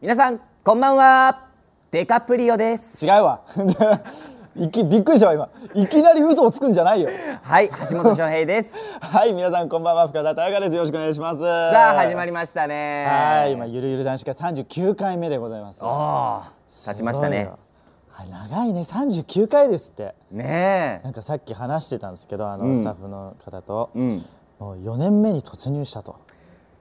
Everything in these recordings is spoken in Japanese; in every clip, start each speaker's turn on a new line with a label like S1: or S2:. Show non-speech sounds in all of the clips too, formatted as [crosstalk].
S1: 皆さんこんばんはデカプリオです
S2: 違うわ [laughs] いきびっくりしたわ今いきなり嘘をつくんじゃないよ
S1: はい橋本翔平です
S2: [laughs] はい皆さんこんばんは深田大我ですよろしくお願いします
S1: さあ始まりましたね
S2: はい今ゆるゆる男子会39回目でございます
S1: ああ立ちましたね
S2: はい長いね39回ですって
S1: ね
S2: なんかさっき話してたんですけどあの、
S1: うん
S2: スタッフの方と、
S1: ん
S2: もう4年目に突入したと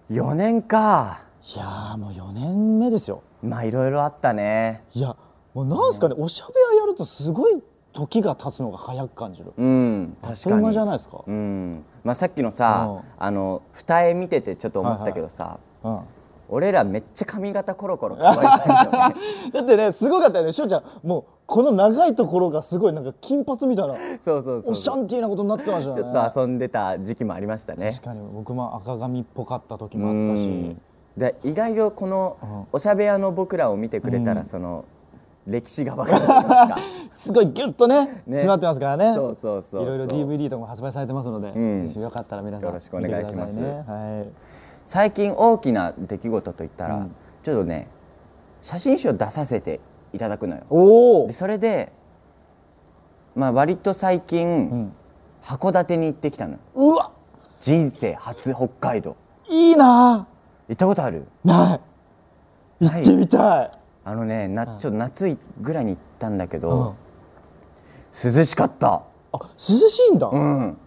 S1: え4年か
S2: いやーもう4年目ですよ
S1: まあいろいろあったね
S2: いやもうなんすかね、おしゃべりやるとすごい時が経つのが早く感じる、
S1: うん
S2: あっ
S1: 確
S2: とい
S1: か
S2: う
S1: に
S2: 間じゃないですか、
S1: うんまあさっきのさあの二重見ててちょっと思ったけどさ、
S2: うん
S1: 俺らめっちゃ髪型コロコロ変わりすぎた
S2: [laughs]
S1: よね
S2: だってねすごかったよねしょうちゃんもうこの長いところがすごいなんか金髪みたいな
S1: そうそうそ
S2: お
S1: う
S2: シ
S1: そう
S2: ャンティーなことになってました
S1: ち
S2: よ
S1: ょ
S2: ね
S1: っと遊んでた時期もありましたね
S2: 確かに僕も赤髪っぽかった時もあったし
S1: で意外とこのおしゃべやの僕らを見てくれたらその歴史が分かると言い
S2: [laughs]
S1: ますか
S2: すごいギュッとね詰まってますからね
S1: そうそうそうそう
S2: いろいろ DVD とかも発売されてますので、
S1: ん
S2: ぜひよかったら皆さん
S1: よろしくお願いします
S2: 見てくださいねはい
S1: 最近大きな出来事といったら、ちょっとね写真集を出させていただくのよ
S2: おお
S1: でそれでまあ割と最近、函館に行ってきたのよ
S2: うわ
S1: 人生初北海道
S2: いいな
S1: 行ったことある
S2: ーない行ってみたい、
S1: あのねなちょっと夏ぐらいに行ったんだけ
S2: うん
S1: ど、涼しかった
S2: あ涼しいんだ、
S1: うん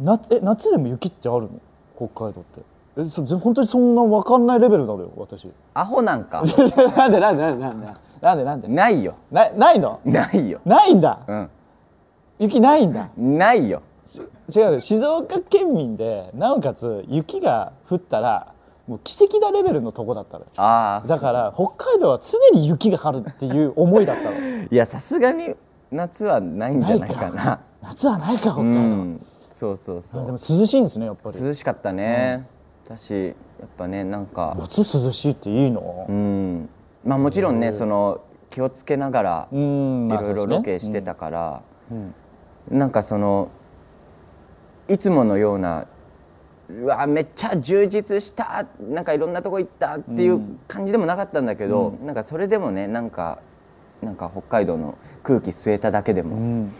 S2: 夏え夏でも雪ってあるの北海道ってえそぜ本当にそんな分かんないレベルなのよ私
S1: アホなんか
S2: [laughs] なんでなんでなんでなんでなんでなんで
S1: ないよ
S2: なないの
S1: ないよ
S2: ないんだ
S1: うん
S2: 雪ないんだ
S1: ないよ
S2: 違うよ静岡県民でなおかつ雪が降ったらもう奇跡だレベルのとこだったのよ
S1: ああ
S2: だから北海道は常に雪が降るっていう思いだったの [laughs]
S1: いやさすがに夏はないんじゃないかな
S2: 夏はないか北海
S1: う
S2: 道、
S1: んそうそうそ
S2: あで
S1: う
S2: も涼しいんですねやっぱり
S1: 涼しかったね、だしやっぱねなんか
S2: 夏涼しいっていいの
S1: うんまあもちろんねその気をつけながら
S2: う
S1: い
S2: んまあ
S1: ろいろ
S2: そうです
S1: ロ
S2: ね
S1: ケしてたから、なんかそのいつものようなうわめっちゃ充実したなんかいろんなとこ行ったっていう感じでもなかったんだけど、なんかそれでもねなんかなんか北海道の空気吸えただけでも、
S2: うん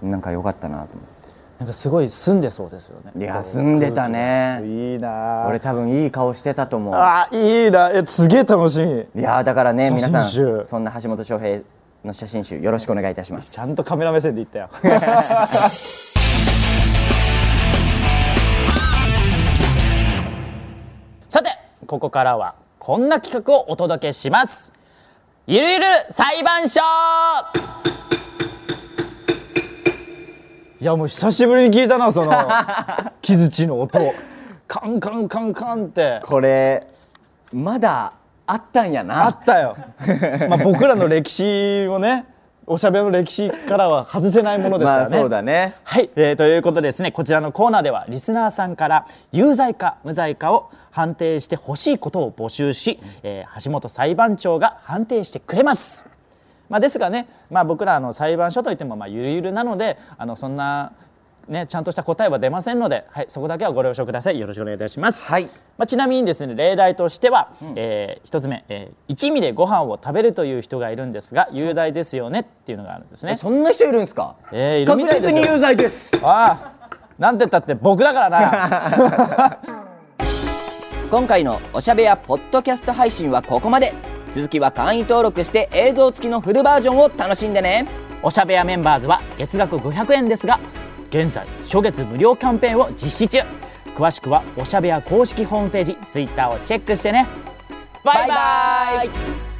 S1: なんか良かったなと思って
S2: なんかすごい住んでそうですよね。
S1: いや住んでたね
S2: いいなあ。
S1: 俺多分いい顔してたと思う
S2: あいいなえすげえ楽しみ。
S1: いやーだからね
S2: 写
S1: 皆
S2: 真
S1: さ
S2: 集
S1: んそんな橋本翔平の写真集よろしくお願いいたします
S2: ちゃんとカメラ目線で言ったよ。
S3: [laughs] さてここからはこんな企画をお届けしますゆるゆる裁判所
S2: いやもう久しぶりに聞いたなそ
S3: [laughs]
S2: の木槌の音。カンカンカンカンって
S1: これまだあったんや
S2: あ
S1: な
S2: ったよ。まあ僕らの歴史をね、おしゃべりの歴史からは外せないものですか
S1: ま
S2: ら
S1: あ
S2: ね。
S1: そうだね
S3: はい、えーということでですねこちらのコーナーではリスナーさんから有罪か無罪かを判定してほしいことを募集し、えー橋本裁判長が判定してくれますまあ、ですがね、まあ、僕らあの裁判所といってもまあゆるゆるなのであのそんな、ね、ちゃんとした答えは出ませんので、はい、そこだけはご了承くださいよろしくお願いいたします、
S1: はい
S3: まあ、ちなみにですね例題としては、えー一つ目、えー一味でご飯を食べるという人がいるんですが有罪ですよねっていうのがあるんですね
S1: そんな人いるんですか、
S3: えーいる
S1: 確
S3: みたいです
S1: 実
S3: よ
S1: に有罪です
S3: ああなんて言ったって僕だからな
S1: 今回のおしゃべやポッドキャスト配信はここまで続きは会員登録して映像付きのフルバージョンを楽しんでね
S3: おしゃべやメンバーズは月額500円ですが現在初月無料キャンペーンを実施中詳しくはおしゃべや公式ホームページ Twitter をチェックしてねバイバイ
S1: バイバイ